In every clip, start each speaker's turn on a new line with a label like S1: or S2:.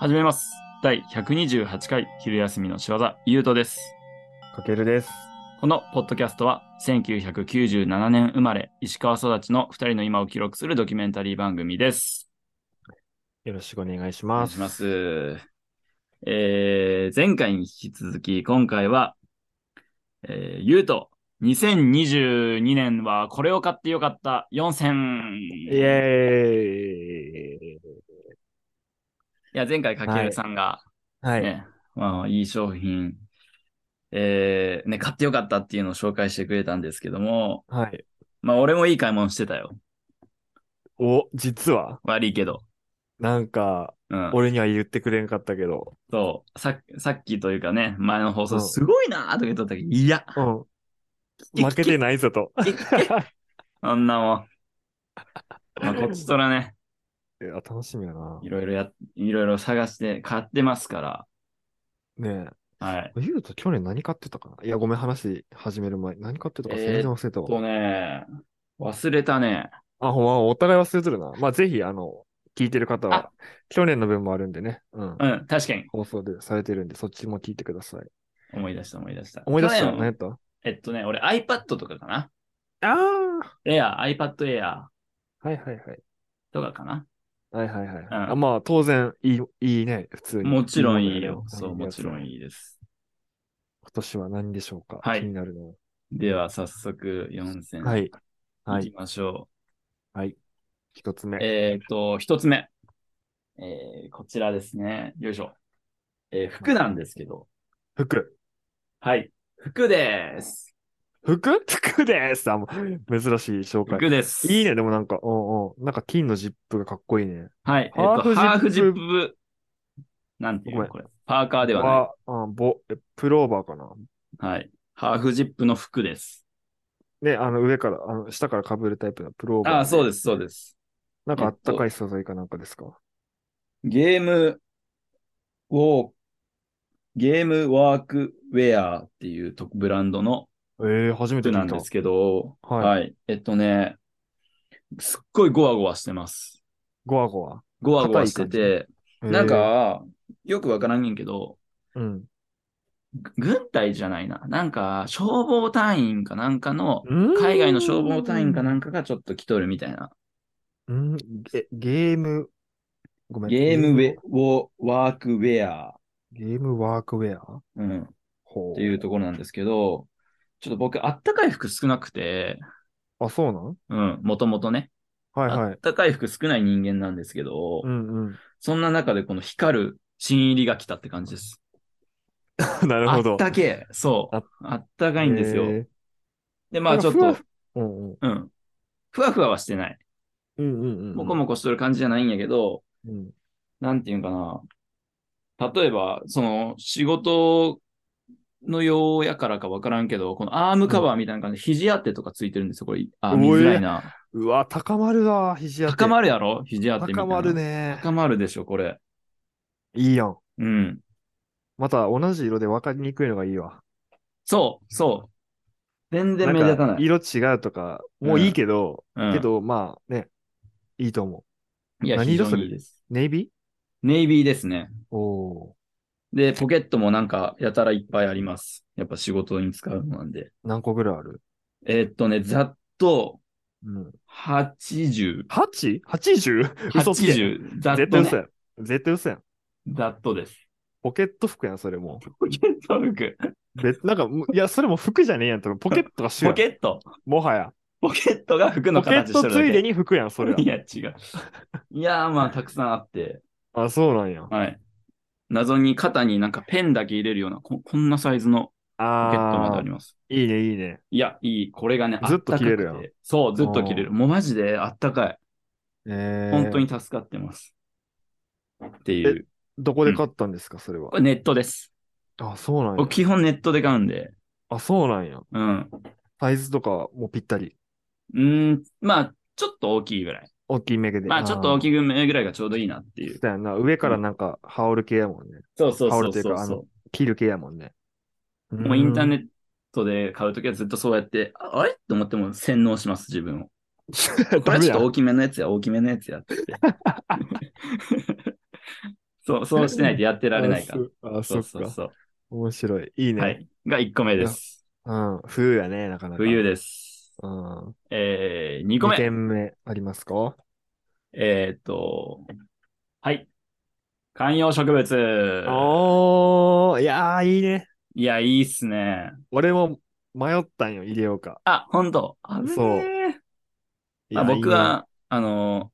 S1: 始めます。第128回昼休みの仕業、ゆうとです。
S2: かけるです。
S1: このポッドキャストは、1997年生まれ、石川育ちの2人の今を記録するドキュメンタリー番組です。
S2: よろしくお願いし
S1: お
S2: ます。
S1: す。えー、前回に引き続き、今回は、えー、ゆうと、2022年はこれを買ってよかった4選。
S2: イエーイ
S1: いや、前回かけるさんが、
S2: はい、
S1: ね、まあ、いい商品、えーね、買ってよかったっていうのを紹介してくれたんですけども、
S2: はい。
S1: まあ、俺もいい買い物してたよ。
S2: お、実は、
S1: 悪いけど。
S2: なんか、
S1: うん。
S2: 俺には言ってくれんかったけど、
S1: そう。ささっきというかね、前の放
S2: う
S1: 送、
S2: ん
S1: すごいなーとか言っとったけど、いや、
S2: うん。負けてないぞと。
S1: いあんなも ん。まあ、こっちとらね、。
S2: いや楽しみやない
S1: ろいろや、いろいろ探して買ってますから。
S2: ね
S1: はい。
S2: え。ゆうと去年何買ってたかないや、ごめん、話始める前。何買ってたか
S1: えー
S2: 全然忘れたわ。
S1: とね、忘れたね。
S2: あ、ほんま、お互い忘れてるな。まあ、ぜひ、あの、聞いてる方は、去年の分もあるんでね。うん。
S1: うん、確かに。
S2: 放送でされてるんで、そっちも聞いてください。
S1: 思い出した思い出した。
S2: 思い出した
S1: 去
S2: 何
S1: 年
S2: やったあ
S1: えっとね、俺 iPad とかかな。
S2: あ
S1: Air、iPad Air
S2: はいはいはい。
S1: とかかな。
S2: はいはいはい。
S1: ん
S2: あまあ、当然いい、いいね、普通に。
S1: もちろんいいよ。
S2: ものだ
S1: そう、もちろん
S2: いいや
S1: いいです。
S2: つ。今年は何でしょうか、
S1: はい
S2: 気になるの
S1: では、早速、4選。。
S2: はいい。は
S1: き
S2: い。
S1: ましょ
S2: 一つ
S1: う。
S2: 目。
S1: えっ、と、1つ目。えーこちらですね。よいしょ。えー服なんですけど。
S2: 服。
S1: はい。服です。
S2: 服 服ですあもう珍しい紹介。
S1: 服です。
S2: いいね、でもなんか、うんうん。なんか金のジップがかっこいいね。
S1: はい。えっ、
S2: ハー
S1: と、
S2: フジップ
S1: ハーフジップ。なんてい
S2: ご
S1: う
S2: め
S1: の
S2: ん
S1: これ。パーカーでは
S2: は、あぼえプローバーかな。
S1: ない。はい。ハーフジップの服です。
S2: ね、あの上から、あの下から被るタイプのプローバー、
S1: ああ、そう
S2: す。
S1: です、そうです。
S2: なんかあったかい素材かなんかですか、
S1: ゲームウォー、ゲームワークウェアっていうとブランドの
S2: ええー、初めて
S1: 服
S2: 聞いた。
S1: なんですけど、は、
S2: はいい
S1: えっとね、すっごいゴワゴワしてます。
S2: ゴワゴワ。
S1: ゴワゴワしてて、
S2: えー
S1: なん、か、よくわからんねんけど、
S2: うん。
S1: ぐ軍隊じゃないな。なんか、消防隊員かなんかの、海
S2: 海
S1: 外の消防隊員かなんかがちょっと着とるみたいな。
S2: うん、ゲゲーム、ごめん。
S1: ゲームウェウォワークウェア、
S2: ゲームワークウェア
S1: うん、っ
S2: ほ
S1: ていうところなんですけど、ちょっと僕、あったかい服少なくて、
S2: あ、そうなん
S1: うん、もともとね、
S2: はいは
S1: あっ
S2: い。
S1: たかい服少ない人間なんですけど、
S2: うんうん。
S1: そんな中でこの光る新入りが来たって感じです。
S2: なる
S1: あ
S2: ほ
S1: っ
S2: ど。
S1: たけえそう
S2: あ。
S1: あったかいんですよ。
S2: へー
S1: で、まあ
S2: なん
S1: ちょ
S2: か
S1: っ
S2: ふわ
S1: と
S2: ふ、うんうん。
S1: うん。ふわふわはしてない。
S2: うんうんうん。
S1: もこもこしとる感じじゃないんやけど、
S2: うん。
S1: なんていうんかな。例えば、その、仕事の用やからかわからんけど、このアームカバーみたいな感じで、肘当てとかついてるんですよ、これ。あ、見づらいな。
S2: うわ、高まるわ、肘当て。
S1: 高ま
S2: る。
S1: るやろ肘当てみたいな。
S2: 高まる。ね。
S1: 高まるでしょ、これ。
S2: いいやん。
S1: うん。
S2: また同じ色で分かりにくいのがいいわ。
S1: そう、そう。全然目
S2: な
S1: 立た
S2: んか
S1: ない。
S2: 色違うとか、もういいけど、
S1: うん
S2: けど、まあね、いいと思
S1: いや、
S2: 何
S1: 非
S2: 色
S1: 常
S2: そ
S1: に
S2: れ
S1: いいです。
S2: う。ネイビー
S1: ネイビーですね。
S2: お
S1: で、ポケットもなんか、やたらいっぱいあります。やっぱ仕事に使うのなんで。
S2: ー、何個ぐらいある
S1: えーっとね、ざっと、
S2: うん。
S1: 80。
S2: 8?80? 嘘つけ。
S1: 80。ざっ
S2: 絶
S1: と、
S2: 対嘘
S1: ね。
S2: やん。絶対嘘やん。
S1: ざっとです。
S2: ポケット服やん、それも
S1: ポケット服。
S2: う。別、なんかもう、いや、それも服じゃねえやん と。ポケットが主や
S1: ポ
S2: ん。
S1: ケット。
S2: もはや。
S1: ポケットが服の
S2: ポケ
S1: 形し
S2: ッ
S1: て
S2: ト
S1: るだ
S2: つ
S1: け。
S2: いでに服やん、それ
S1: いや、違う。いやー、まあ、たくさんあって。
S2: は。あ、そうなんや。
S1: はい。謎に肩になんかペンだけ入れるような、ここんなサイズのポケットまであ
S2: あ
S1: ります。
S2: ー、いいね、いいね。
S1: いや、いい。これがね、
S2: ずっと
S1: あたかくて
S2: 着れるやん
S1: そう、ずっと着れる。もうマジであったかい。
S2: えー、
S1: 本当に助かってます。っていう。
S2: どこで買ったんですか、それは
S1: こ。れネットです。
S2: あ、そうなんや
S1: 僕。基本ネットで買うんで。
S2: あ、そうなんや。
S1: うん。
S2: サイズとかもぴったり。
S1: うーん、まあ、ちょっと大きいぐらい。
S2: 大きいめで。
S1: まあ、ちょっと大
S2: い。
S1: きめぐらいがちょうどいいなっていう。
S2: そうやんな。上からなんか、羽織る系やもんね。
S1: そうそう
S2: 羽織
S1: そう
S2: るという
S1: そ
S2: か
S1: う
S2: あの
S1: そ
S2: 着る系やもんね。
S1: う。もうインターネ
S2: ッ
S1: ットで買うときはずっとそうやって、ああれと思っても洗脳します、自分を。
S2: ト
S1: これはちょっと
S2: と
S1: 大きめのやつや、大きめのやつやって。そう、そうしてないとやってられないから。
S2: ら。あ、
S1: そ
S2: そうっ
S1: そう
S2: か。
S1: そう。
S2: 面白い。いいね。
S1: はい。が1個目です。
S2: うん。冬やね、なかなか。
S1: 冬です。
S2: うん。
S1: えー、2個
S2: 2
S1: 目。
S2: 点目ありますか
S1: えーっと、はい。観葉植物。
S2: おー、いやー、いいね。
S1: いや、いいっすね。
S2: 俺も迷ったんよ、入れようか。
S1: あ、ほんと。あぶね
S2: そう
S1: ー
S2: い
S1: ま
S2: や
S1: あ、僕。は、あの、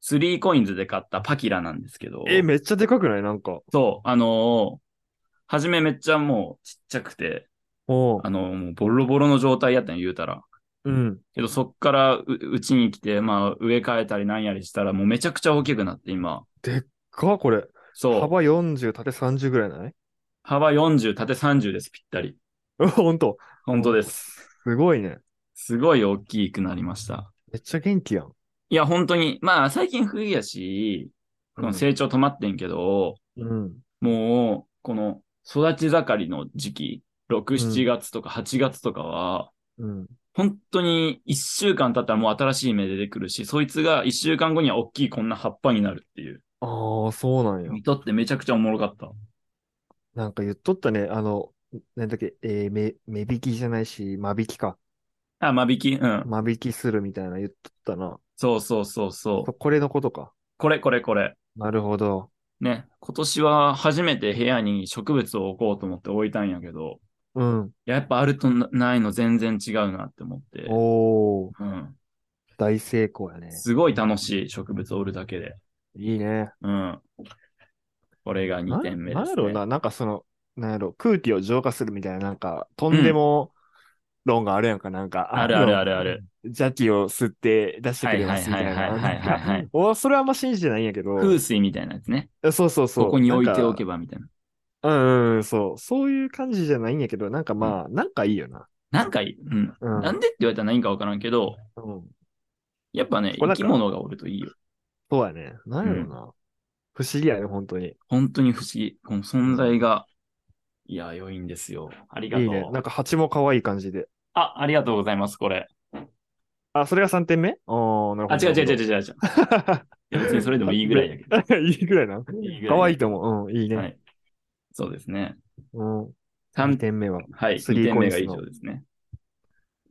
S1: スリーコインズで買ったパキラなんですけど、
S2: いいねえ、めっちゃでかくないなんか。
S1: そう、あの初めめっちゃもうちっちゃくて、
S2: おー
S1: あのもうボロボロの状態やったんよ言うたら。
S2: うん。
S1: けどそっからううちに来て、まあ植え替えたりなんやりしたらもうめちゃくちゃ大きくなって今。
S2: かこれ。
S1: そう。
S2: 幅40、縦30ぐらいない
S1: 幅40、縦30です、ぴったり。
S2: うんほんと。
S1: 本当です。
S2: すごいね。
S1: すごい大きくなりました。
S2: めっちゃ元気やん。
S1: いや、本当に、まあ最近冬やし、この成長止まってんけど、
S2: うん。
S1: もう、この育ち盛りの時期、6、
S2: うん
S1: 7月とか8月とかは、
S2: うん。
S1: 本当に1週間経ったらもう新しい芽出てくるし、そいつが1週間後には大きいこんな葉っぱになるっていう。
S2: ああ、そうなんや。
S1: 見とってめちゃくちゃおもろかった。
S2: なんか言っとったね。あの、なんだっけ、えー、目、目引きじゃないし、間引きか。
S1: あ、間引きうん。
S2: 間引きするみたいな言っとったな。
S1: そうそうそうそ。
S2: そうこれのことか。
S1: これこれこれ。
S2: なるほど。
S1: ね。今年は初めて部屋に植物を置こうと思って置いたんやけど、
S2: うん。
S1: やっぱあるとなないの全然違うなって思って。
S2: おー、
S1: うん。
S2: 大成功やね。
S1: すごい楽しい植物を売るだけで。
S2: いいね。
S1: うん。これが2点目です、ね。
S2: ななんやろうな、なんかその、なんやろう、空気を浄化するみたいな、なんか、とんでも論があるやんか、なんか。
S1: あるあるあ
S2: る。
S1: るある。
S2: 邪気を吸って出してくれますみたいな。
S1: はいはいはいはいはいはい
S2: なんか おそれはあんま信じてないんやけど。
S1: 風水みたいなやつね。
S2: そうそうそう。
S1: ここに置いておけ
S2: ば。
S1: ばみたいな。
S2: うんうんうん、そう。そういう感じじゃないんやけど、なんかまあ、なんかいいよな。
S1: なんかいい、うん。
S2: うん
S1: なんでって言われたら何かわからんけど、
S2: うん。
S1: やっぱね、生
S2: これなんか
S1: き物がおるといいよ。
S2: そうやね。なんやろうな。不思議やね、本当に。
S1: 本当に不思議。この存在が、いや、良いんですよ。ありが
S2: い
S1: とう。
S2: いね。なんか蜂も可愛い感じで。
S1: あ、ありがとうございます、これ。
S2: あ、それが3点目あーなるほど。
S1: あ、違う違う違う
S2: う。
S1: 違う違う。いや、別にそれでもいいぐらいやけど。
S2: いいぐらいな。
S1: いい ぐらい。
S2: 可愛いと思う。うん、いいね。
S1: はい。そうですね。
S2: うん。
S1: 三
S2: 3点目は。
S1: はい、
S2: ス
S1: 2
S2: リー
S1: 点
S2: コ
S1: 目
S2: イン
S1: が
S2: ズ
S1: 以
S2: の
S1: 上ですね。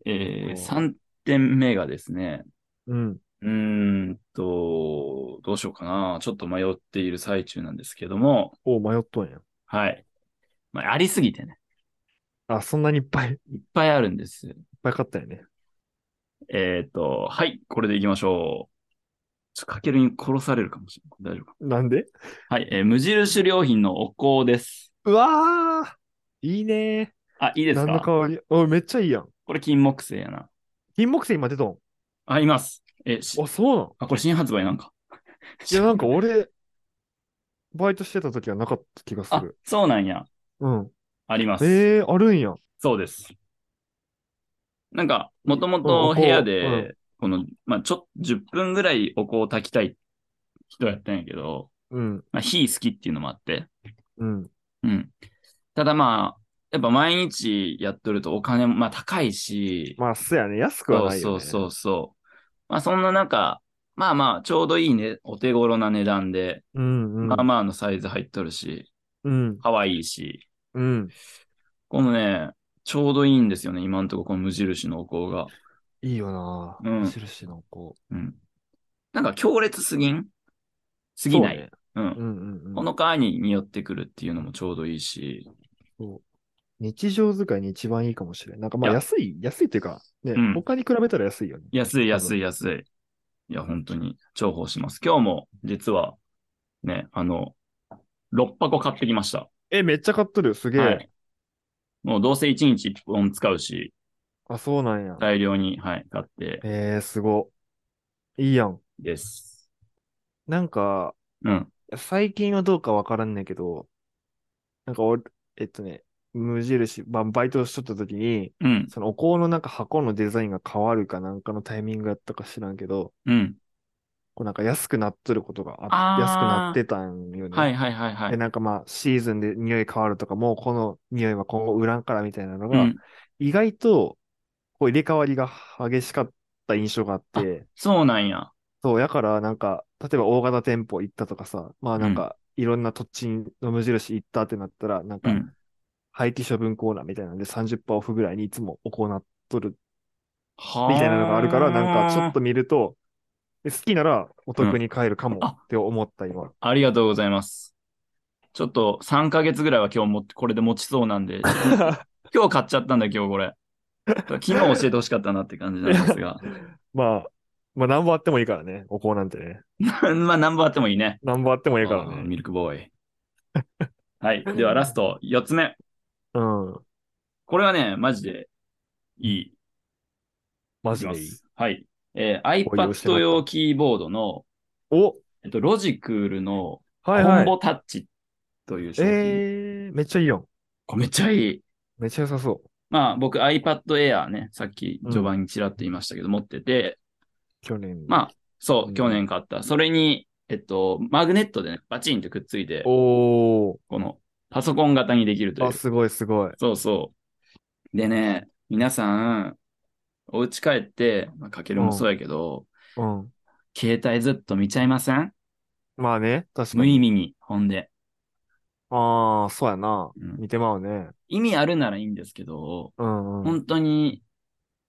S1: えー、
S2: お
S1: 3点目がですね、
S2: うん。
S1: うーんと、どうしようかな。ちょっと迷っている最中なんですけども、
S2: お迷っとんや。
S1: はい。まあ、ありすぎてね、
S2: あ、そんなにいっぱい、 いっ
S1: いっぱいあるんです。
S2: ぱい買ったよね。
S1: えっ、と、はい、これでいきましょう。ちょっとかけるに殺されるかもしれない。大丈夫か
S2: なんで
S1: なはい、えー無印良品のお香です。
S2: うわーいいね
S1: あ、いい
S2: ー。
S1: です
S2: 何の
S1: か
S2: 香りおめっちゃいいやん。
S1: これ金木犀やな。
S2: 金木犀今出とん。
S1: あ、います。え、し
S2: あ、そうなん
S1: あ、これ新発売なんか。
S2: いや、なんか俺、バイトしてた時はなかった気が す
S1: あ
S2: る。、
S1: そうなんや。
S2: うん。
S1: あります。
S2: えー、あるんや。
S1: そうです。なんか、もとも
S2: うん
S1: と
S2: お
S1: 部
S2: 香
S1: 屋
S2: う
S1: で
S2: ん、
S1: この、まあ、ちょっ、10分ぐらいお香を炊きたい人やったんやけど、
S2: うん。
S1: まあ、火好きっていうのもあって、
S2: うん。
S1: うん。ただまあ、やっぱ毎日やっとるとお金も、まあ高いし、
S2: まあ、そうやね。安くはない
S1: そ
S2: よ、
S1: う
S2: ね。
S1: そう
S2: そう
S1: そうそう。まあそんな中、まあまあ、ちょうどいいね、お手頃な値段で、
S2: う。うん、うん。
S1: まあまあのサイズ入っとるし、
S2: うん。
S1: 可愛いし、
S2: うん。
S1: このね、ちょうどいいんですよね、今んとここの無印のお香が。
S2: いいよな
S1: うん
S2: 無印のこう。
S1: うん。なんか強烈すぎんすぎない。
S2: そうね
S1: うん。
S2: うんうんうん。
S1: ほのかに匂ってくるっていうのもちょうどいいし、
S2: 日常使いに一番いいかもしれない。なんかまあ
S1: いや
S2: 安い、安いっていうか、ね、
S1: うん
S2: 他に比べたら安いよね。
S1: 安い安
S2: い。
S1: い安い。いや、本当に重宝します。今日も実はね、あの、6箱買ってきました。
S2: え、めっちゃ買っとる。すげえ。
S1: はい。もうどうせ1日1本使うし、
S2: あ、そうなんや。
S1: 大量に、はい、買って
S2: えー、すご。いいやん。
S1: です。
S2: なんか、
S1: うん。
S2: 最近はどうかわからんねんけど、なんか俺、えっとね、無印、まあ、バイトしとった時に、
S1: うん。
S2: そのお香のなんか箱のデザインが変わるかなんかのタイミングやったか知らんけど、
S1: うん。
S2: こうなんか安くなっとることが
S1: あ
S2: あ
S1: ー
S2: 安くなってたんよね。
S1: はいはいはいは
S2: で、
S1: い。
S2: なんかまあ、シーズンで匂い変わるとか、もうこの匂いは今後売らんからみたいなの
S1: う
S2: が、
S1: ん。
S2: 意外と、こう入れ替わりが激しかった印象があって、
S1: そうなんや。
S2: そう、やからなんか、例えば大型店舗行ったとかさ、まあなんか、いろんな土地の無印行ったってなったら、なん
S1: う
S2: か、
S1: ん。
S2: 廃棄処分コーナーみたいなんで30%オフぐらいにいつも行っとる
S1: は
S2: みたいなのがあるから、なんかちょっと見ると、で好きならお得に買えるかも
S1: うんあ
S2: って思った今。
S1: ありがとうございます。ちょっと3ヶ月ぐらいは今日もこれで持ちそうなんで、 今日買っちゃったんだ、今日これ。昨日教えてほしかったなって感じなんですが。
S2: まあ、まあ何本あってもいいからね、お香なんてね。
S1: まあ、何本あってもいいね。
S2: 何本あってもいいから
S1: あー
S2: ね。
S1: ミルクボーイ。はい。では、ラスト、4つ目。
S2: うん。
S1: これはね、マジでいい。
S2: マジでい
S1: き
S2: い
S1: ま。すはい。えー
S2: こういう仕
S1: iPad
S2: 事
S1: 用キーボードの、
S2: お
S1: えっと、ロジクールの
S2: はい
S1: コ
S2: は
S1: ン
S2: い。
S1: ボタッチという商品。
S2: えー、めっちゃいいやん。
S1: これめっちゃいい。
S2: めっちゃ良さそう。
S1: まあ、僕 iPad Air ね、さっき序盤にちらっと言いましたけど、持ってて、
S2: 去年。
S1: まあ、そうう、
S2: ん
S1: 去年買った。それに、えっと、マグネットでね、バチンとくっついて、
S2: お
S1: このパソコン型にできると
S2: ー。
S1: い
S2: あ、
S1: う。
S2: すごいすごい。
S1: そうそう。でね、皆さん、お家帰って、まあ、かけるもそうやけど、
S2: うん。
S1: 携帯ずっと見ちゃいません
S2: まあね、確か
S1: 無
S2: に。
S1: 意味に、ほんで、
S2: ああ、そうやな。
S1: うん
S2: 見てまうね。
S1: 意味あるならいいんですけど、
S2: うんうん。
S1: 本当に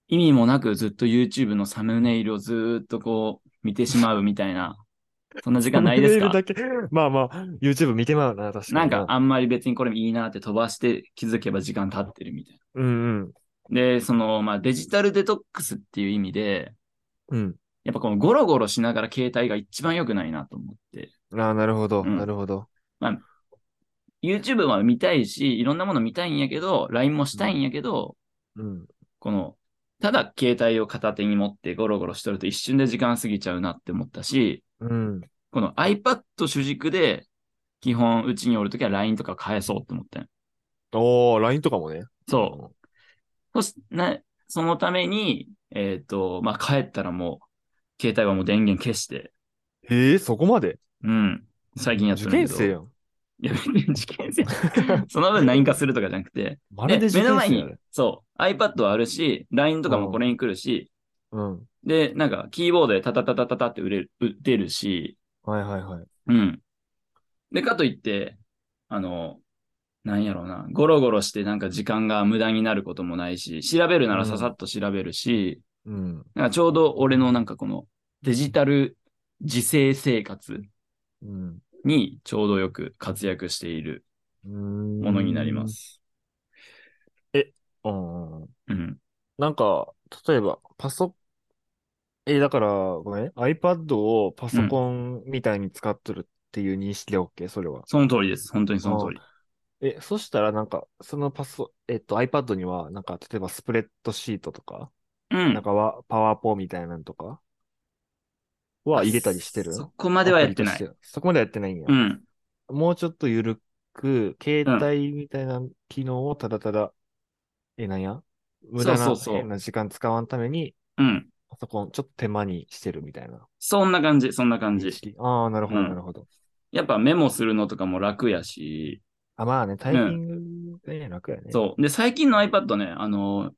S1: 意味もなくずっと YouTube のサムネイルをずーっとこう見てしまうみたい な、そんな時間ないです
S2: サム
S1: か
S2: ネイルだけ まあまあ、YouTube 見てまうな、確かに。
S1: なんか、あんまり別にこれいいなって飛ばして気づけば時間経ってるみたい
S2: うんうん。
S1: な。で、その、まあ、デジタルデトックスっていう意味で、
S2: うん。
S1: やっぱこのゴロゴロしながら携帯が一番良くないなと思って、
S2: ああ、なるほど、
S1: うん
S2: なるほど。
S1: YouTube は見たいし、いろんなもの見たいんやけど、LINE もしたいんやけど、
S2: うん。
S1: この、ただ携帯を片手に持ってゴロゴロしとると一瞬で時間過ぎちゃうなって思ったし、
S2: うん。
S1: この iPad 主軸で、基本うちにおるときは LINE とか返そうって思ったんよ
S2: おー、LINE とかもね。
S1: そう。そしなそのために、えっ、と、まあ、帰ったらもう、携帯はもう電源消して、
S2: うん。へえ、そこまで
S1: うん。最近やって
S2: 受
S1: るんだけ
S2: 験
S1: ど。
S2: 生やん。
S1: いや、別 に受験生。その分 LINE 化するとかじゃなくて。
S2: ま
S1: で
S2: るで、受
S1: 目
S2: 験
S1: の
S2: 生
S1: 前
S2: や
S1: に
S2: ね、
S1: そう、iPad はあるし、LINE とかもこれに来るし、
S2: うん。
S1: で、なんか、キーボードでタタタタタタって売れる打てるし、
S2: はいはいはい。
S1: うん。で、かといって、あの、なんやろうな、ゴロゴロしてなんか時間が無駄になることもないし、調べるならささっと調べるし、
S2: うん。
S1: なんかちょうど俺のなんかこのデジタル自制生活
S2: うん。
S1: にちょうどよく活躍しているも
S2: も
S1: のになりま。す。
S2: うんうん。
S1: うん。
S2: なんか、例えば、パソ、え、だから、ごめん、iPad をパソコンみたいに使っとるっていう認識で OK、それは。
S1: その通りです。本当にその通り。
S2: え、そしたら、なんか、そのパソ、えっと、iPad には、なんか、例えば、スプレッドシートとか、
S1: う
S2: なん
S1: ん。
S2: かは、パワーポーみたいなのとかは入れたりしてる
S1: そこまではやってな
S2: アプ
S1: い
S2: リ。としてそこまではやってないんや
S1: う。ん。
S2: もうちょっとゆるく、携帯みたいな機能をただただ、え、なんや無駄な
S1: そうそうそう
S2: 変な時間使わんために、
S1: うん。
S2: パソコンちょっと手間にしてるみたいな
S1: そんな感じ、そんな感
S2: 認
S1: じ。
S2: 識。ああ、なるほど、
S1: うん
S2: なるほど。
S1: やっぱメモするのとかも楽やし、
S2: あ、まあね、タイピングがね、楽やね。
S1: そう。で、最近の iPad ね、あの、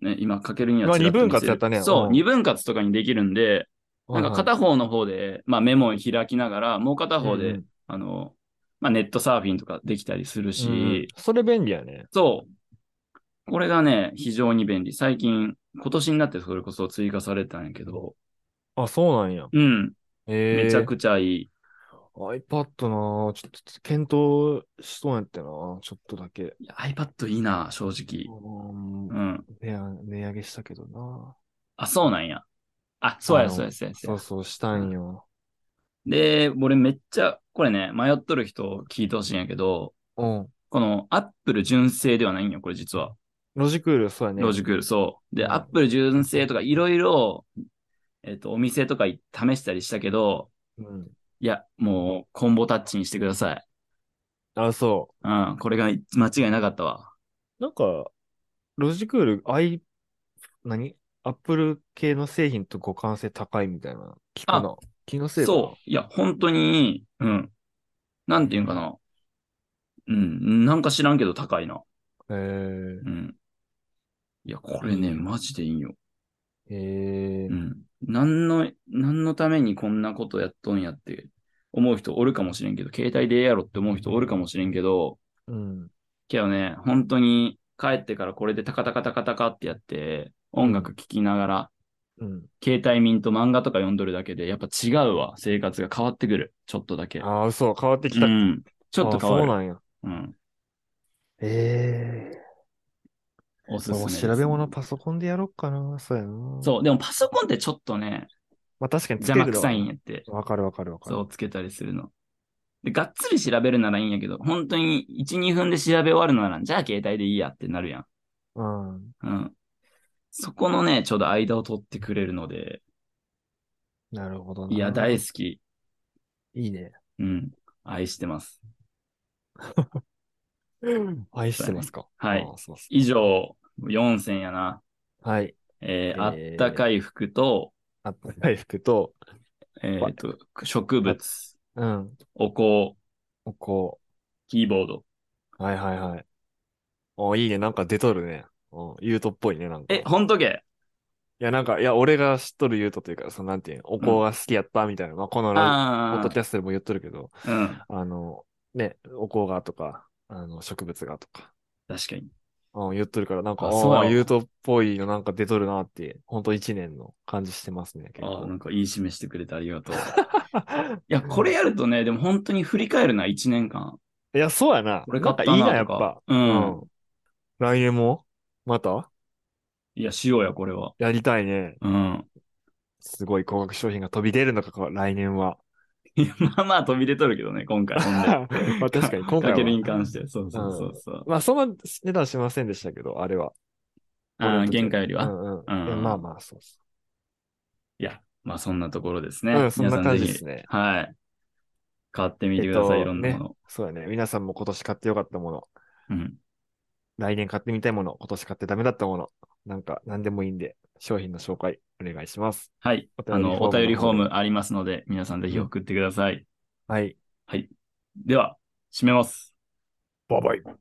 S1: ね、今、かけるには
S2: まあ
S1: ちらっと
S2: 二分
S1: 見せる
S2: 割やったね
S1: そうう、
S2: ん
S1: 二分割とかにできるんで、
S2: は
S1: ないん
S2: はい
S1: か片方の方で、まあメモを開きながら、もう片方
S2: うんう
S1: で
S2: ん、
S1: あの、まあネットサーフィンとかできたりする
S2: うんうん
S1: し、
S2: それ便利やね。
S1: そう。これがね、非常に便利。最近、今年になってそれこそ追加されたんやけど、
S2: あ、そうなんや。
S1: うん、
S2: ええ
S1: めちゃくちゃいい。
S2: iPad なあちょっと検討しそうやったなちょっとだけ。
S1: いや iPad いいな、正直。
S2: うん
S1: うん。
S2: 値上値上げしたけどな
S1: あ、そうなんや。あ、そうや、
S2: あの
S1: そうや、そうや。そう
S2: そ
S1: や
S2: うそう、したんよ。
S1: で、俺めっちゃ、これね、迷っとる人聞いてほしいんやけど、
S2: うん。
S1: この Apple 純正ではないんよ、これ実は。
S2: ロジクール、そうやね。
S1: ロジクール、そう。で、
S2: うん
S1: Apple 純正とかいろいろ、えっと、お店とか行って試したりしたけど、
S2: うん。
S1: いや、もう、コンボタッチにしてください。
S2: あ、そ
S1: うん、これが間違いなかったわ。
S2: う。なんか、ロジクール、アイ、何アップル系の製品と互換性高いみたいな。聞くな。気のせいかな
S1: そう。いや、本当に、うん。なんていうんかな。うん、なんか知らんけど高いな。
S2: へ
S1: うん。いや、これね、マジでいいよ。
S2: え。へえ
S1: う。ん。何の、何のためにこんなことやっとんやって思う人おるかもしれんけど、携帯でええやろって思う人おるかもしれんけど、
S2: うん。
S1: けどね、本当に帰ってからこれでタカタカタカタカってやって、音楽聴きながら、
S2: うん。
S1: 携帯民と漫画とか読んどるだけで、やっぱ違うわ。生活が変わってくる。ちょっとだけ。
S2: ああ、嘘。変わってき
S1: う
S2: た。
S1: ん。ちょっと変わ
S2: あーそう
S1: る。
S2: なんや。
S1: うん。
S2: ええ
S1: おすすめ
S2: も
S1: で
S2: う
S1: す。
S2: 調べ物パソコンでやろうかな。そうやな。う。
S1: そう。でもパソコンってちょっとね、
S2: まあ確かにつけ
S1: 邪
S2: る
S1: 魔くさいんやって。
S2: わかるわかるわかる。
S1: そう、つけたりするの。で、がっつり調べるならいいんやけど、本当に1、2分で調べ終わるなら、じゃあ携帯でいいやってなるやん。
S2: うん。
S1: うん。そこのね、ちょうど間を取ってくれるので、
S2: なるほどな。
S1: いや、大
S2: 好
S1: 好き。
S2: き。いいね。
S1: うん。愛してます。
S2: 愛してますか。
S1: はい
S2: あーそうっす
S1: 以上、4選やな。
S2: はい。
S1: えー
S2: えー
S1: あったかい服と、
S2: あったかい服と、
S1: えーっと、植物、
S2: うん。
S1: お香、
S2: おこ
S1: キーボード。
S2: う。はいはいはい。おいいね。なんか出とるね。うん。ユートっぽいね。なんか。
S1: え、ほんとけ
S2: いや、なんか、いや、俺が知っとる言うとというか、その、なんていうの、お香が好きやったみたいな、まあ、このラジオ、ポ
S1: あ
S2: ッドキャストでも言っとるけど、
S1: あ、うん。
S2: あの、ね、お香がとか、あの、植物がとか、
S1: 確かに。
S2: うん、言っとるから、なんか、
S1: あ
S2: あ
S1: そうや
S2: あ、言うとっぽいのなんか出とるなって、ほんと一年の感じしてますね、結
S1: ああ、な
S2: 構
S1: ん。かいい示してくれてありがとう。いや、これやるとね、でも本当に振り返るな、1年間。
S2: いや、そうやな。
S1: これ買
S2: なん
S1: っ
S2: か
S1: た
S2: いいな、
S1: な
S2: やっ
S1: とか
S2: ぱ。。
S1: う。。
S2: うん来年もまた
S1: いや、しようや、これは。
S2: やりたいね。
S1: うん。
S2: すごい高額商品が飛び出るのかか、来 年は。
S1: いやまあまあ飛び出とるけどね、今 回。ほんで
S2: まあ確かに、今回
S1: かけるに
S2: は。
S1: 関して。そうそうそうそう。
S2: まあ、そんな値段しませんでしたけど、あれは。
S1: ああ、限界よりは。
S2: うん
S1: うん
S2: うん。まあまあ、そうそ
S1: いや、まあそんなところですね。
S2: うんそんな
S1: 皆さぜひ
S2: 感じですね
S1: はい。買ってみ
S2: う。
S1: てください、
S2: えっ
S1: い
S2: と
S1: ろんなもの
S2: ね。そうだね。皆さんも今年買ってよかったもの、
S1: うん。
S2: 来年買ってみたいもの、今年買ってダメだったもの、なんか何でもいいんで、商品の紹介お願いします。
S1: はい。
S2: お便り
S1: あの、
S2: フォームの
S1: お
S2: 方で
S1: 便りフォームありますので、皆さんぜひ送ってください。
S2: はい。
S1: はい。では、締めます。
S2: バイバイ。